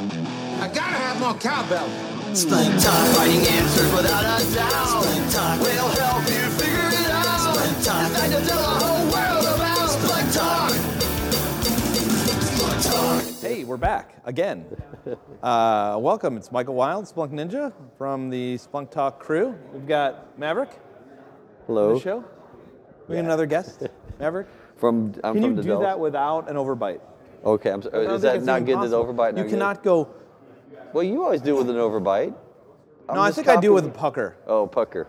I gotta have more cowbell. Splint Talk, finding answers without a doubt. Splint Talk, will help you figure it out. Splint Talk, I to tell the whole world about. Splint Talk. Splint Talk. Hey, we're back again. Uh, welcome. It's Michael Wild, Splunk Ninja from the Splunk Talk crew. We've got Maverick on Hello. the show. We got another guest, Maverick. From I'm Can from you do Dedel. that without an overbite? Okay, I'm I sorry. don't Is think that it's not even good? This possible. overbite. not You good? cannot go. Well, you always do with an overbite. I'm No, I just think I do with a talking- pucker. Oh, pucker.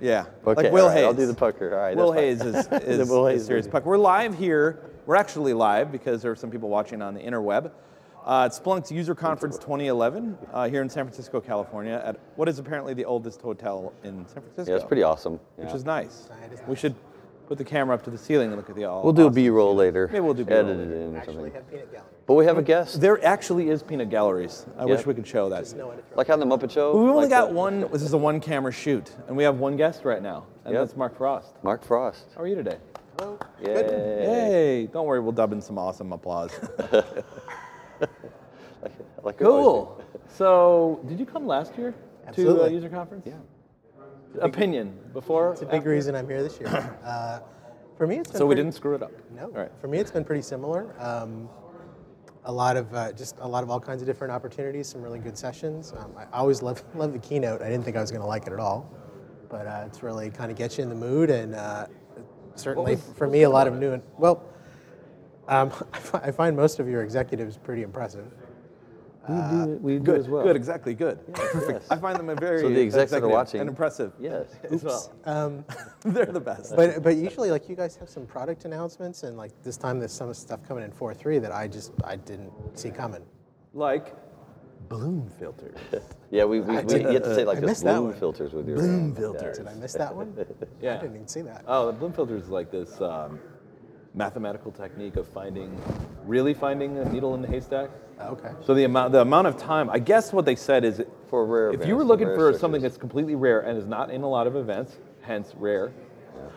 Yeah, Okay, like Will all right, Hayes. I'll do the pucker. All right. Will that's Hayes fine. is, The is, Will is Hayes serious movie. puck. We're live here. We're actually live because there are some people watching on the interweb. Uh, it's Splunk's User Conference 2011 uh, here in San Francisco, California, at what is apparently the oldest hotel in San Francisco. Yeah, it's pretty awesome. Which Yeah. is nice. We should put the camera up to the ceiling and look at the all. We'll do a awesome B-roll later. Maybe we'll do B-roll Edit it later. in or something. But we have a guest. There actually is peanut galleries. I wish Yep. we could show that. Like on the Muppet Show. But we only like got the- one. This is a one-camera shoot, and we have one guest right now, and Yep. that's Mark Frost. Mark Frost. How are you today? Yeah. Hey! Don't worry, we'll dub in some awesome applause. Like we always cool. So, did you come last year to uh, Absolutely. user conference? Yeah. Opinion before. It's a big reason I'm here this year. Uh, for me, it's been So we pretty- didn't screw it up. No. All right. For me, it's been pretty similar. Um, a lot of uh, just a lot of all kinds of different opportunities. Some really good sessions. Um, I always love love the keynote. I didn't think I was going to like it at all, but uh, it's really kind of gets you in the mood and uh, certainly was- for me a lot of new. And, well, um, I, fi- I find most of your executives pretty impressive. do. We do, we Uh, Good. as well. Good. Exactly. Good. Perfect. I find them a very So the execs that are executive watching- and impressive. Yes. As well. Um, They're the best. but but usually like you guys have some product announcements and like this time there's some stuff coming in four three that I just I didn't see coming. like bloom filters. Yeah, we, we, I we you did- have uh, to say like I this missed that bloom one. filters with your Bloom yeah. filters. Did I miss that one? Yeah. I didn't even see that. Oh, the bloom filter is like this um, mathematical technique of finding, really finding a needle in the haystack. okay. So the amount, the amount of time. I guess what they said is, For rare if events, you were for looking rare for something searches. that's completely rare and is not in a lot of events, hence rare,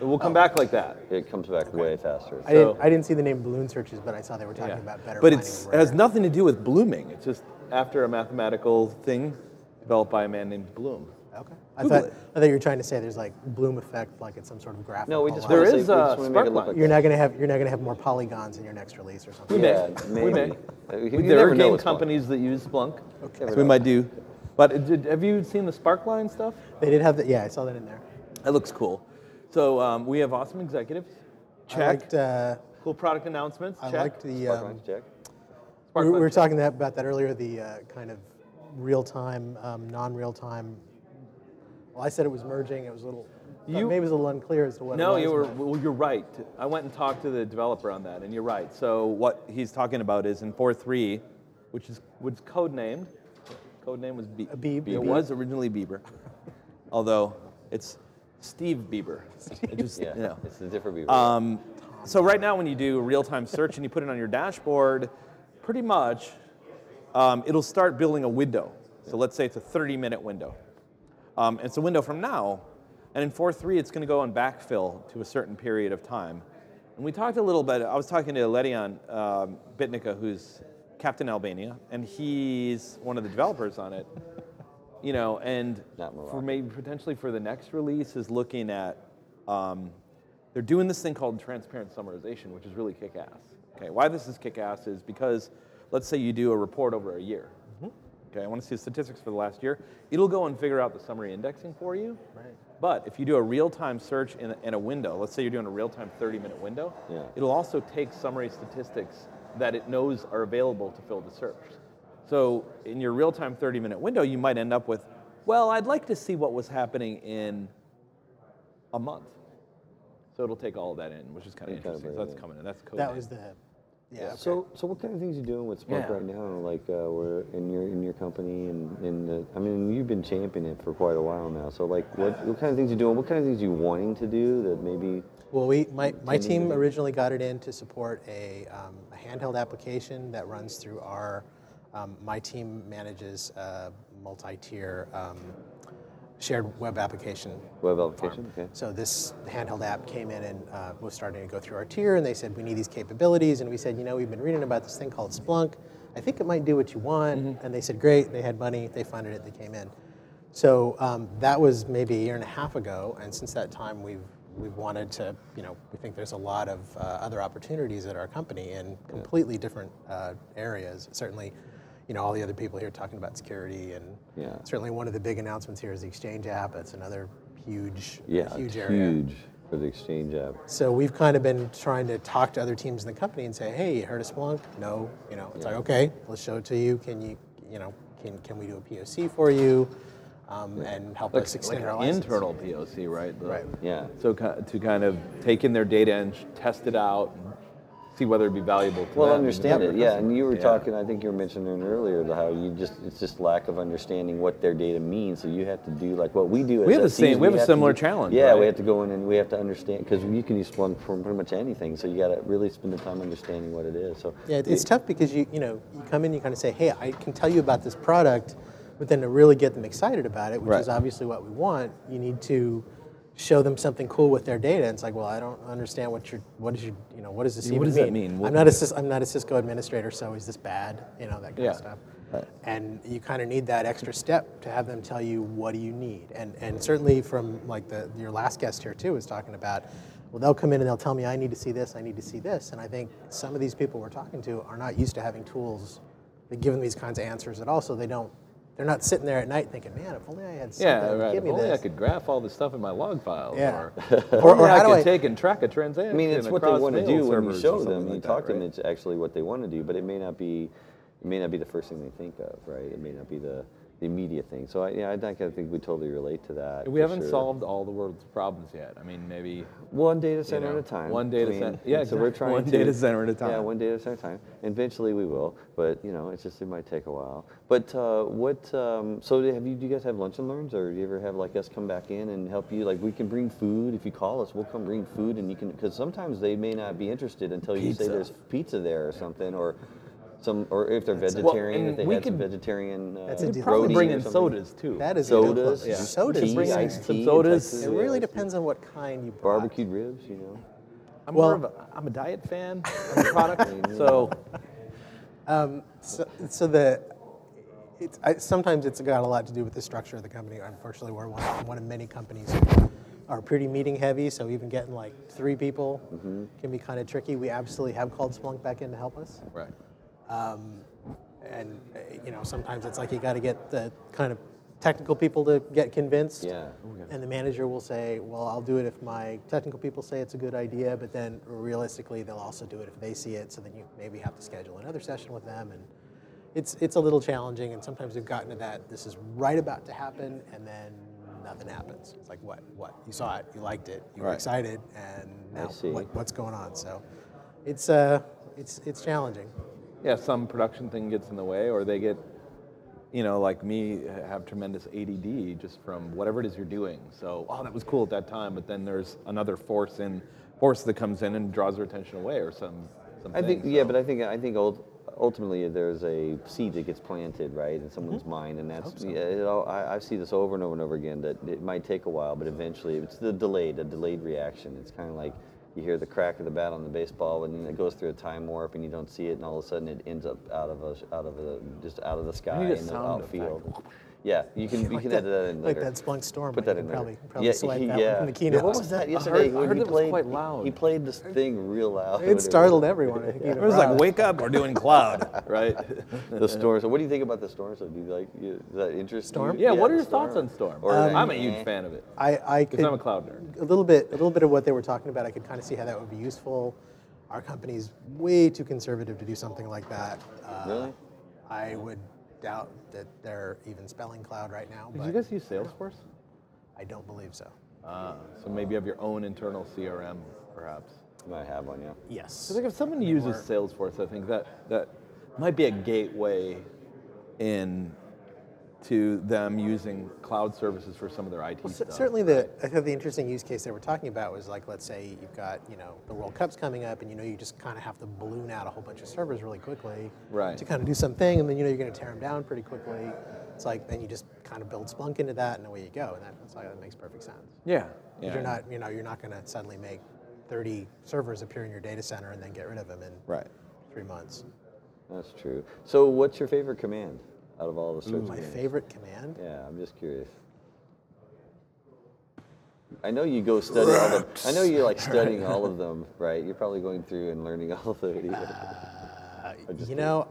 it will come back like that. It comes back way faster. I, didn't, I didn't see the name balloon searches, but I saw they were talking Yeah. about better. but finding it's, it rare. has nothing to do with blooming. It's just after a mathematical thing developed by a man named Bloom. Okay. I Google thought, it. I thought you were trying to say there's like bloom effect, like it's some sort of graph. No, we just There wanna say- is, we uh, just wanna make it look Sparkline. like You're not gonna have you're not gonna have more polygons in your next release or something. We Yeah, may. We may. maybe. Uh, you there never are know game with Splunk. companies that use Splunk. Okay. So we might do. But it did, have you seen the Sparkline stuff? They did have that. Yeah, I saw that in there. That looks cool. So um, we have awesome executives. Check. I liked, uh, cool product announcements. I Check. liked the. Spark Um, lines, Jack. we were- we were Sparkline. talking that, about that earlier. The uh, kind of real time, um, non real time. Well, I said it was merging. It was a little. You- maybe it was a little unclear as to what. it No, was, you were, but- well, you're right. I went and talked to the developer on that, and you're right. So what he's talking about is in 4.3, which is was code named. Code name was Be- Beeb, It Beeb. was originally Bieber, although it's Steve Bieber. It just, Yeah, you know. it's a different Bieber. Um, so right now, when you do a real-time search and you put it on your dashboard, pretty much um, it'll start building a window. So let's say it's a 30-minute window. Um, it's a window from now, and in 4.3, it's going to go on backfill to a certain period of time. And we talked a little bit. I was talking to Ledion um, Bitnica, who's Captain Albania, and he's one of the developers on it. You know, and Not for Moroccan. maybe potentially for the next release is looking at um, they're doing this thing called transparent summarization, which is really kick-ass. Okay, why this is kick-ass is because let's say you do a report over a year. Okay, I want to see the statistics for the last year. It'll go and figure out the summary indexing for you. Right. But if you do a real-time search in a, in a window, let's say you're doing a real-time 30-minute window, Yeah. it'll also take summary statistics that it knows are available to fill the search. So in your real-time 30-minute window, you might end up with, well, I'd like to see what was happening in a month. So it'll take all of that in, which is kind of Kind of interesting. So bring that's it in. coming in. That's cool. That was the, yeah. okay. So, so what kind of things you doing with Spark Yeah. right now? Like, uh, where in your in your company and in the, I mean, you've been championing it for quite a while now. So, like, what what kind of things you doing? What kind of things you wanting to do that maybe? Well, we my, my Can you- team originally got it in to support a, um, a handheld application that runs through our. Um, my team manages a multi-tier um, shared web application. Web application. Okay. So this handheld app came in and uh, was starting to go through our tier, and they said we need these capabilities, and we said, you know, we've been reading about this thing called Splunk. I think it might do what you want. And they said, great. They had money. They funded it. They came in. So um, that was maybe a year and a half ago. And since that time, we've we've wanted to, you know, we think there's a lot of uh, other opportunities at our company in completely different uh, areas. Certainly, you know, all the other people here talking about security and Yeah. certainly one of the big announcements here is the Exchange app. It's another huge, Yeah, huge huge, area. for the exchange app. So we've kind of been trying to talk to other teams in the company and say, "Hey, you heard of Splunk? No, you know." It's like, okay, let's show it to you. Can you, you know, can can we do a POC for you, um, and help us Like extend our an license? internal POC, right? The- Right. Yeah. So ki- to kind of take in their data and sh- test it out, and see whether it'd be valuable to Well, them. understand it, and yeah. And you were Yeah. talking, I think you were mentioning earlier the how you just, it's just lack of understanding what their data means. So you have to do like what we do. We as have the SEs, same- we have a to similar do- challenge, Yeah, right? we have to go in and we have to understand because you can use Splunk for pretty much anything. So you got to really spend the time understanding what it is. So Yeah, it- it's tough because you you know you come in, you kind of say, "Hey, I can tell you about this product," but then to really get them excited about it, which Right. is obviously what we want, you need to show them something cool with their data. And it's like, well, I don't understand what you're, what is your, you know, what does this Yeah, even what does that mean? What- I'm not a, Sys- I'm not a Cisco administrator, so is this bad? You know, that kind Yeah. of stuff. And you kind of need that extra step to have them tell you what do you need. And and certainly from like the your last guest here too was talking about, well, they'll come in and they'll tell me I need to see this, I need to see this. And I think some of these people we're talking to are not used to having tools that give them these kinds of answers at all. So they don't. They're not sitting there at night thinking, man, if only I had something Yeah, to right. give If me only this. I could graph all this stuff in my log file. Yeah. Or, Or- or, or I how do could I- take and track a transaction. I mean, it's what they want to do when you show them. and you talk to them, it's actually what they want to do, but it may not be, it may not be the first thing they think of, right? It may not be the, the immediate thing. So I, yeah, I think I think we totally relate to that. We for haven't sure. solved all the world's problems yet. I mean, maybe. One data center know, at a time. one data cen- yeah, So we're exactly. trying One to- data center at a Yeah, time. one data center at a time. Eventually we will, but you know, it's just it might take a while. But uh, what? Um, so do- have you? Do you guys have lunch and learns, or do you ever have like us come back in and help you? Like we can bring food if you call us. We'll come bring food, and you can because sometimes they may not be interested until you say Pizza. there's pizza there or something, or some, or if they're a- vegetarian, Well, if they and we had some could- vegetarian. Uh, That's a deal. Probably roadie bring or in something. sodas, too. That is a good Sodas, point. yeah. Sodas, tea, bring in- iced some tea, sodas. Texas It really iced tea, depends on what kind you brought. Barbecued ribs, you know. I'm Well- more of a, I'm a diet fan. I'm a product. so So, so the it's I, sometimes it's got a lot to do with the structure of the company. Unfortunately, we're one, one of many companies who are pretty meeting heavy. So even getting like three people can be kind of tricky. We absolutely have called Splunk back in to help us, right. and uh, you know sometimes it's like you got to get the kind of technical people to get convinced. Yeah. Okay. And the manager will say, "Well, I'll do it if my technical people say it's a good idea," but then realistically, they'll also do it if they see it. So then you maybe have to schedule another session with them, and it's it's a little challenging. And sometimes we've gotten to that. This is right about to happen, and then nothing happens. It's like what what you saw it, you liked it, you were Right. excited, and now see. what, what's going on? So it's uh it's it's challenging. Yeah, some production thing gets in the way, or they get, you know, like me, have tremendous ADD just from whatever it is you're doing. So, oh, that was cool at that time, but then there's another force in force that comes in and draws their attention away, or some. some I think thing, yeah, so- but I think I think ult- ultimately there's a seed that gets planted right in someone's Mm-hmm. mind, and that's yeah. It all, I, I see this over and over and over again that it might take a while, but eventually it's the delayed, a delayed reaction. It's kind of like you hear the crack of the bat on the baseball, and then it goes through a time warp, and you don't see it, and all of a sudden it ends up out of a, out of a, just out of the sky need a in the sound effect. outfield. Yeah, you can you can edit that in like later. that Splunk storm. Put I that can in there. Probably, probably swipe that one from the keynote. Yeah, what was that yesterday? heard- I when heard he it was played- quite he- loud. He played this thing real loud. It startled everyone. I think even it was like, Rob. wake up, we're doing cloud, right? the storm. So, what do you think about the storm? So, do you like you, does that interest? Storm? You? Yeah, what are the your thoughts on Storm? Or, Um, I'm a eh, huge fan of it I, I could because I'm a cloud nerd. a little bit a little bit of what they were talking about. I could kind of see how that would be useful. Our company's way too conservative to do something like that. Uh, Really? I would doubt that they're even spelling cloud right now, Did but you guys use Salesforce? I don't believe so. Uh, so maybe you have your own internal CRM, perhaps. Might have one, yeah. Yes. I think if someone uses Salesforce, I think that that might be a gateway in to them using cloud services for some of their IT C- stuff. Certainly, the I thought the interesting use case they were talking about was like, let's say you've got you know the World Cup's coming up, and you know you just kind of have to balloon out a whole bunch of servers really quickly Right. to kind of do something, and then you know you're going to tear them down pretty quickly. It's like then you just kind of build Splunk into that, and away you go, and that, that's like that makes perfect sense. Yeah. 'Cause yeah. You're not you know you're not going to suddenly make 30 servers appear in your data center and then get rid of them in Right. three months. That's true. So, what's your favorite command out of all the search My commands? favorite command. Yeah, I'm just curious. I know you go study all the, I know you're like studying all of them, right? You're probably going through and learning all of them. You know,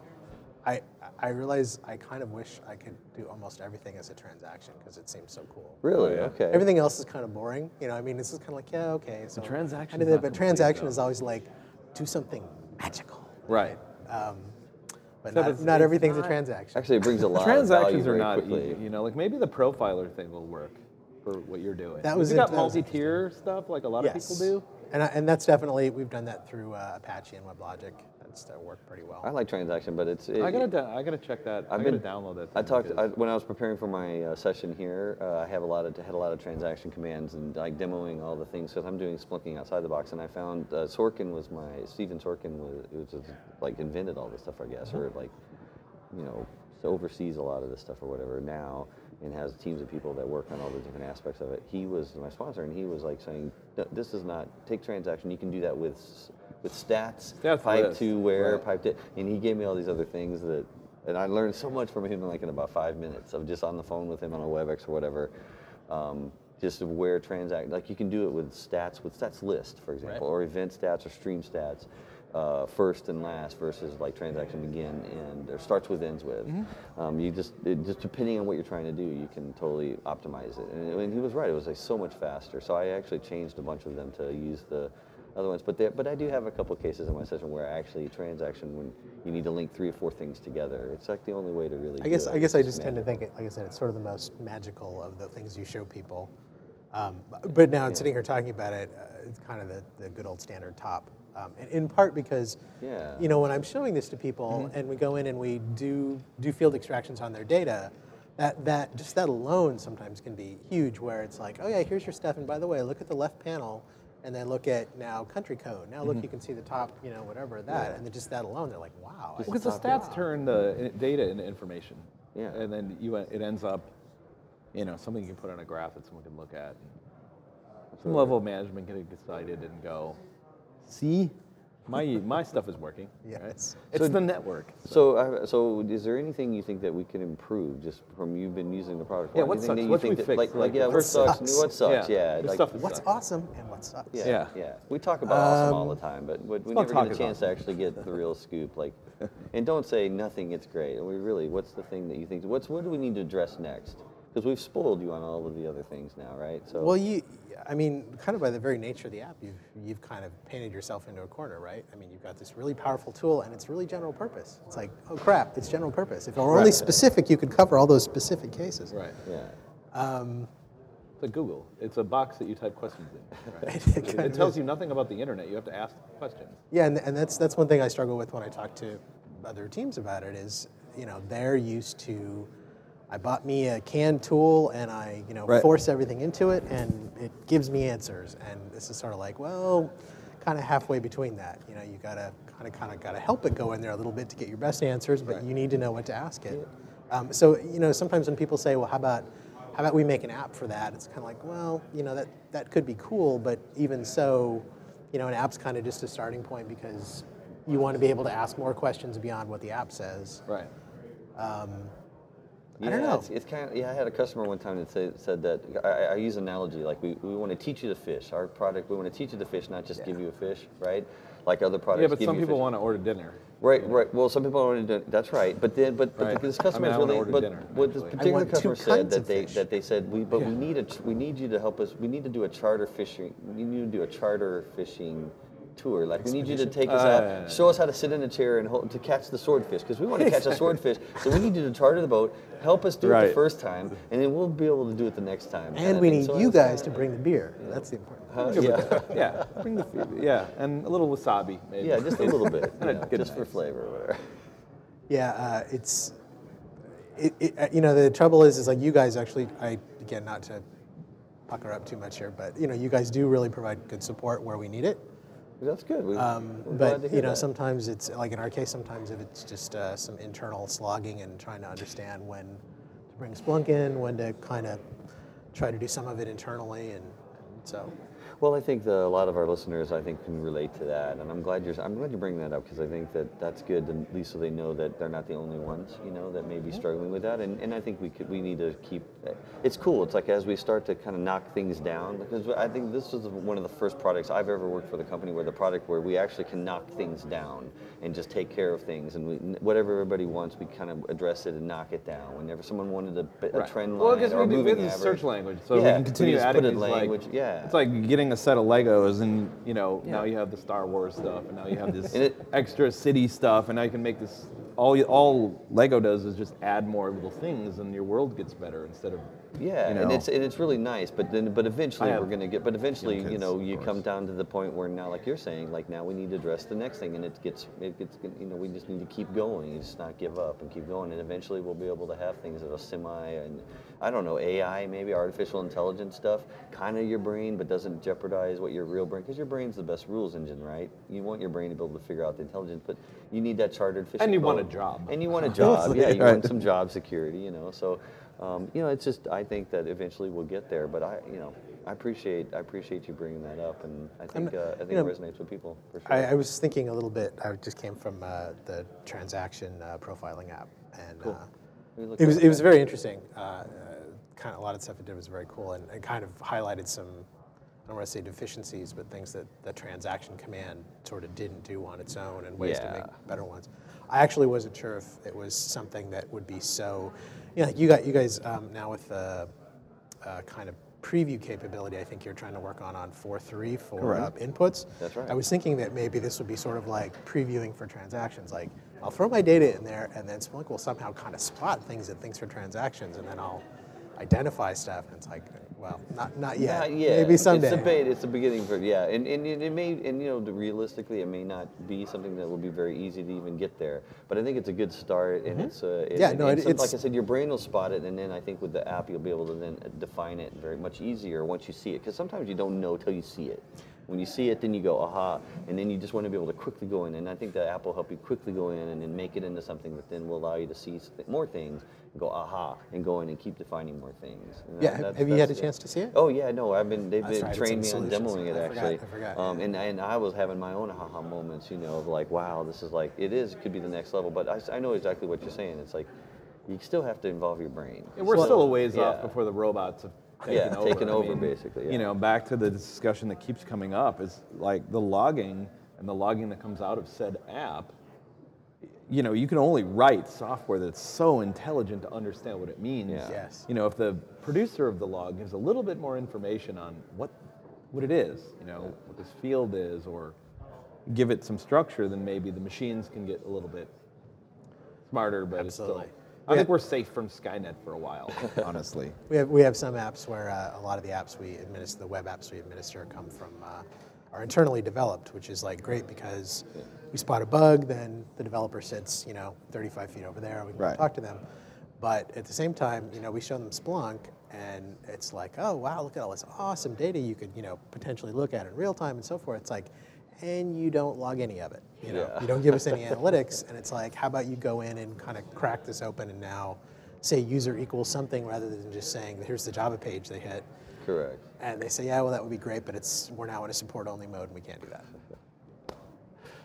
I I realize I kind of wish I could do almost everything as a transaction because it seems so cool. really? Oh, yeah. Okay. Everything else is kind of boring. You know, I mean, it's just kind of like yeah, okay. So transaction's I did that, not but complete, transaction though. is always like do something magical. Right. But No, but not, it's- not it's everything's not- a transaction. Actually, it brings a lot of Transactions value are very not quickly. easy. You know, like maybe the profiler thing will work for what you're doing. That Have was you it, got that was multi-tier stuff like a lot yes. of people do. And I, and that's definitely we've done that through uh, Apache and WebLogic. That's that worked pretty well. I like transaction, but it's. It, I gotta, da- I gotta check that. i I've gotta been- download that. I thing talked I, because- when I was preparing for my uh, session here. Uh, I have a lot of had a lot of transaction commands and like demoing all the things. So I'm doing splinking outside the box, and I found uh, Sorkin was my Stephen Sorkin was, was just, like invented all this stuff, I guess, or like you know oversees a lot of this stuff or whatever now, and has teams of people that work on all the different aspects of it. He was my sponsor, and he was like saying, no, "This is not take transaction. You can do that with." s- With stats, Stats pipe list, to where, right. pipe piped it, and he gave me all these other things that, and I learned so much from him in like in about five minutes of just on the phone with him on a WebEx or whatever, um, just of where transact. Like you can do it with stats, with stats list, for example, or event stats or stream stats, uh, first and last versus like transaction begin and or starts with ends with. Um, you just it, just depending on what you're trying to do, you can totally optimize it. And, and he was right; it was like so much faster. So I actually changed a bunch of them to use the other ones. But there, but I do have a couple cases in my session where actually transaction when you need to link three or four things together. It's like the only way to really. I guess do it. I guess I just tend to think, it, like I said, it's sort of the most magical of the things you show people. Um, b- but now sitting here talking about it, uh, it's kind of the, the good old standard top, um, and in part because, Yeah. you know, when I'm showing this to people and we go in and we do do field extractions on their data, that that just that alone sometimes can be huge. Where it's like, oh yeah, here's your stuff, and by the way, look at the left panel. And then look at now country code. Now look, you can see the top, you know, whatever that, and then just that alone, they're like, wow. I- Because the stats turn the i- data into information. Yeah. And then you, en- it ends up, you know, something you can put on a graph that someone can look at. Some level of management can get decided and go, see, my my stuff is working. right? Yes. It's the network. So, I, so is there anything you think that we can improve just from you've been using the product? Yeah, Or what anything sucks? that you What do think we that- fix? Like, like, Like, yeah, what what sucks? sucks? What sucks? Yeah. Yeah, The like- stuff that What's sucks. awesome and what sucks? Yeah, Yeah. Um, yeah. We talk about awesome all the time, but we, we not never talk get a as chance to often. actually get the real scoop. Like, and don't say nothing. It's great. We really. What's the thing that you think? What's what do we need to address next? Because we've spoiled you on all of the other things now, right? So Well, you, I mean, kind of by the very nature of the app, you've, you've kind of painted yourself into a corner, right? I mean, you've got this really powerful tool and it's really general purpose. It's like, oh crap, it's general purpose. If it were only Right. specific, you could cover all those specific cases. Right. yeah, It's a Google. It's a box that you type questions in. Right? It it, kind it of tells is. you nothing about the internet. You have to ask questions. Yeah, and, and that's that's one thing I struggle with when I talk to other teams about it is, you know, they're used to I bought me a canned tool and I, you know, Right. force everything into it and it gives me answers. And this is sort of like, well, kind of halfway between that. You know, you gotta kind of kind of gotta help it go in there a little bit to get your best answers, but you need to know what to ask it. Um, so you know, sometimes when people say, well, how about how about we make an app for that? It's kind of like, well, you know, that that could be cool, but even so, you know, an app's kind of just a starting point because you want to be able to ask more questions beyond what the app says. Right. I don't Yeah, know. It's, it's kind of, yeah, I had a customer one time that say, said that I, I- I use analogy like we, we want to teach you to fish. Our product, we want to teach you to fish, not just give you a fish, right? Like other products. Yeah, but give some you people fish. want to order dinner. Right, right. Well, some people don't. do- That's right. But then, but, Right. but this I customer mean, I is wanna really. order But dinner, what this actually. I particular want two customer kinds said that of they fish. that they said we but we need a tr- we need you to help us. We need to do a charter fishing. We need to do a charter fishing tour. Like we need you to take us out, Uh, show us how to sit in a chair and hold, to catch the swordfish because we want to catch a swordfish. So we need you to charter the boat. Help us do it Right. the first time, and then we'll be able to do it the next time. And kinda we thing. need So you it's- guys to bring the beer. That's the important. Huh? yeah, Yeah. Bring the food. Yeah, and a little wasabi. Maybe. yeah, just a little bit, you know, Good just for night. flavor or whatever. Yeah, uh, it's it, it, uh, you know the trouble is is like you guys actually I again not to pucker up too much here, but you know you guys do really provide good support where we need it. That's good. We, we're glad to Um, But hear you know that. sometimes it's like in our case sometimes if it's just uh, some internal slogging and trying to understand when to bring Splunk in, when to kind of try to do some of it internally, and, and so Well, I think that a lot of our listeners, I think, can relate to that, and I'm glad you're. I'm glad you bring that up because I think that that's good, and at least so they know that they're not the only ones, you know, that may be struggling with that. And, and I think we could, we need to keep. It's cool. It's like as we start to kind of knock things down, because I think this was one of the first products I've ever worked for the company where the product where we actually can knock things down and just take care of things, and we, whatever everybody wants, we kind of address it and knock it down. Whenever someone wanted a, a Right. trend line Well, because we, or a do, we moving have this average- search language, so we Yeah, can continue just adding put it these language. Like, yeah, It's like getting a set of Legos, and you know, now Yeah. you have the Star Wars stuff, and now you have this And it- extra city stuff, and now you can make this. All you, all Lego does is just add more little things, and your world gets better instead of. Yeah, you and know. it's and it's really nice, but then but eventually I have we're gonna get. But eventually, young you kids, know, of you course. come down to the point where now, like you're saying, like now we need to address the next thing, and it gets it gets you know we just need to keep going, and just not give up and keep going, and eventually we'll be able to have things that are semi and I don't know AI maybe artificial intelligence stuff, kind of your brain, but doesn't jeopardize what your real brain because your brain's the best rules engine, right? You want your brain to be able to figure out the intelligence, but you need that chartered fish. And you want code. a job. And you want a job, yeah. You Right. want some job security, you know. So, um, you know, it's just I think that eventually we'll get there. But I, you know, I appreciate I appreciate you bringing that up, and I think uh, I think you know, it resonates with people for sure. I, I was thinking a little bit. I just came from uh, the transaction uh, profiling app, and We uh, looked it was at it was very interesting. Uh, uh, kind of a lot of the stuff it did was very cool, and, and kind of highlighted some. I don't want to say deficiencies, but things that the transaction command sort of didn't do on its own, and ways to Yeah. make better ones. I actually wasn't sure if it was something that would be so. You know, like you got you guys um, now with the uh, kind of preview capability. I think you're trying to work on on four three for uh, Correct. inputs. That's right. I was thinking that maybe this would be sort of like previewing for transactions. Like I'll throw my data in there, and then Splunk will somehow kind of spot things it thinks are transactions, and then I'll identify stuff. And it's like, well, not not yet. Not yet. Maybe someday. It's the bait. It's the beginning for yeah, and, and it, it may and you know the- realistically it may not be something that will be very easy to even get there. But I think it's a good start, and it's a Mm-hmm. Yeah, and, no, and it- some- it's- like I said, your brain will spot it, and then I think with the app you'll be able to then uh, define it very much easier once you see it. Because sometimes you don't know till you see it. When you see it, then you go aha, and then you just want to be able to quickly go in. And I think the app will help you quickly go in and then make it into something that then will allow you to see s- more things, and go aha, and go in and keep defining more things. And Yeah, have- that's- have you had that's a the- chance to see it? Oh yeah, no, I've been they've That's been right, it's trained me in on solutions. demoing it I forgot, actually. I forgot, Um, yeah. and and I was having my own haha moments, you know, of like, wow, this is like it is could be the next level. But I, s- I know exactly what you're saying. It's like you still have to involve your brain. And we're So, still a ways yeah. off before the robots have taken Yeah, over. taken I over, mean, basically, You yeah. know, back to the discussion that keeps coming up is like the logging and the logging that comes out of said app. You know, you can only write software that's so intelligent to understand what it means. Yeah. Yes. You know, if the producer of the log gives a little bit more information on what what it is, you know, what this field is, or give it some structure, then maybe the machines can get a little bit smarter. But it's Absolutely. still, I think Yeah. we're safe from Skynet for a while, honestly. We have, we have some apps where uh, a lot of the apps we administer, the web apps we administer, come from uh, are internally developed, which is like great because we spot a bug, then the developer sits, you know, 35 feet over there, and we can go Right. talk to them. But at the same time, you know, we show them Splunk, and it's like, oh wow, look at all this awesome data you could, you know, potentially look at in real time and so forth. It's like, and you don't log any of it. You know, Yeah. you don't give us any analytics, and it's like, how about you go in and kind of crack this open and now say user equals something rather than just saying here's the Java page they hit, Correct. and they say, yeah, well that would be great, but it's we're now in a support only mode and we can't do that.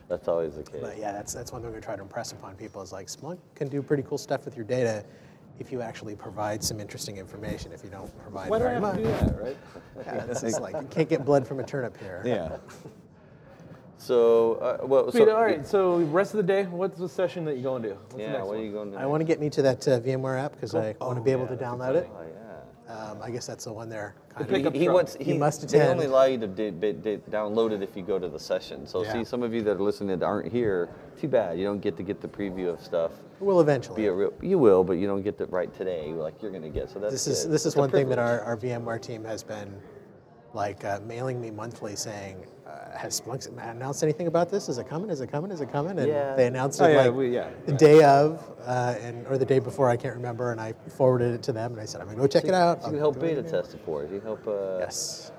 That's always the case. But yeah, that's that's one thing we try to impress upon people is like Splunk can do pretty cool stuff with your data if you actually provide some interesting information. If you don't provide Why do I very have much, to do that, right? yeah, this is like you can't get blood from a turnip here. Yeah. So uh, well, Sweet. so All right. So rest of the day, what's the session that you're going to do? What's the yeah, next what are one? you going to? I want to get me to that uh, VMware app because I want to be able to download it. Oh yeah. Um, I guess that's the one there. Kind Pick he, up of. he truck. wants. He, You must They only attend. allow you to d- d- d- download it if you go to the session. So Yeah. see, some of you that are listening that aren't here, too bad. You don't get to get the preview of stuff. Will eventually. Be a real, you will, but you don't get it right today. Like you're gonna get. So that's this is good. this is It's a one thing that privilege. our, our VMware team has been like uh, mailing me monthly saying, uh, has Splunk announced anything about this? Is it coming? Is it coming? Is it coming? And Yeah. they announced Oh, it yeah, like we- yeah, the right. day of uh, and or the day before, I can't remember. And I forwarded it to them and I said, I'm gonna go check it out. You I'll can help do it beta again." test it for us. You can help. Uh, Yes.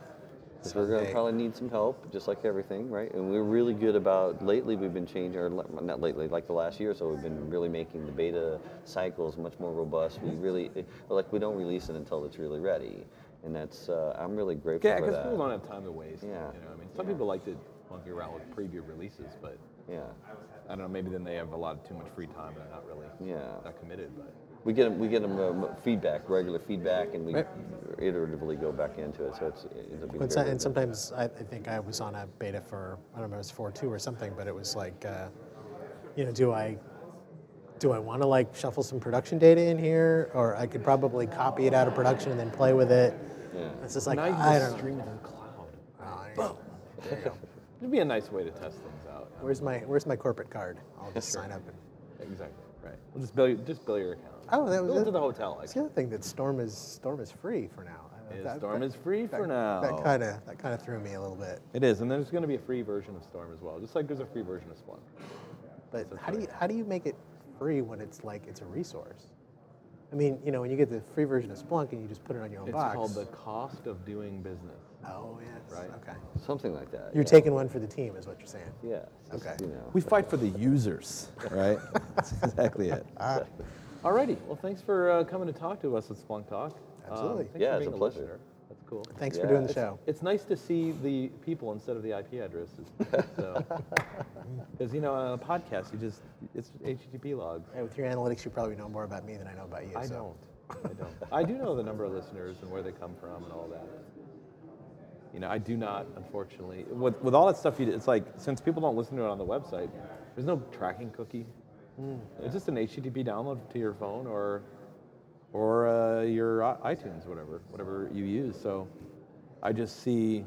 'cause We're gonna Someday. probably need some help, just like everything, right? And we're really good about lately. We've been changing, or li- not lately, like the last year or so. We've been really making the beta cycles much more robust. We really, it- like, we don't release it until it's really ready. and that's uh, I'm really grateful Yeah, for because that. people don't have time to waste. Yeah. You know, I mean, some people like to monkey around with preview releases, but yeah, I don't know. Maybe then they have a lot of too much free time and they're not really Yeah. that committed. But we get 'em- we get them um, feedback, regular feedback, and we Right. iteratively go back into it. So it's it'll be When so- very and good. sometimes I, I think I was on a beta for I don't know it was four two or something, but it was like, uh, you know, do I do I want to like shuffle some production data in here, or I could probably copy it out of production and then play with it. Yeah. It's just like now you I just don't. stream to the cloud. know. Oh, there you go. It'd be a nice way to test things out. Where's my Where's my corporate card? I'll just sign up. And, Exactly. Right. Well, just bill your, just bill your account. oh, that was Bill it. to the hotel. That's Like, the other thing that Storm is Storm is free for now. I don't know, Yeah, that- Storm that- is free for that- now. That kind of that kind of threw me a little bit. it is, and there's going to be a free version of Storm as well, just like there's a free version of Splunk. But how do you how do you make it free when it's like it's a resource? I mean, you know, when you get the free version of Splunk and you just put it on your own It's box. called the cost of doing business. oh yes. Right. Okay. something like that. You're yeah. taking one for the team, is what you're saying. Yeah. it's just, Okay. You know, We fight for the users, right? That's exactly it. Ah. exactly. Alrighty. Well, thanks for uh, coming to talk to us at Splunk Talk. Um, Absolutely. thanks Yeah, for it's being a pleasure. listener. That's cool. Thanks Yeah, for doing the it's- show. It's nice to see the people instead of the IP addresses. So, because you know, on a podcast, you just it's HTTP logs. Hey, with your analytics, you probably know more about me than I know about you. I so. don't. I don't. I do know the number of listeners and where they come from and all that. You know, I do not, unfortunately. With, with all that stuff, you, it's like since people don't listen to it on the website, there's no tracking cookie. It's just an HTTP download to your phone or or uh, your i- iTunes, whatever, whatever you use. So I just see,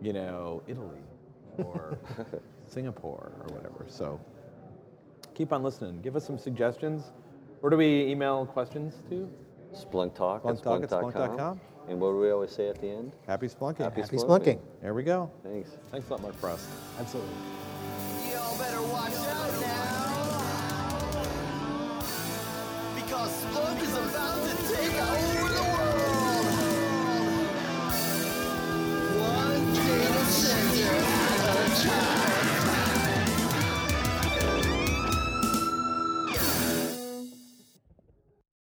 you know, Italy or Singapore or whatever. So keep on listening. Give us some suggestions. Where do we email questions to? Splunk Talk. at Splunk Talk at splunk.com. splunk.com. And what do we always say at the end? Happy Splunking. Happy Splunking. Splunking. There we go. Thanks. Thanks a lot, Mark Frost. Absolutely. Y'all better watch out now. Because Splunk is about to take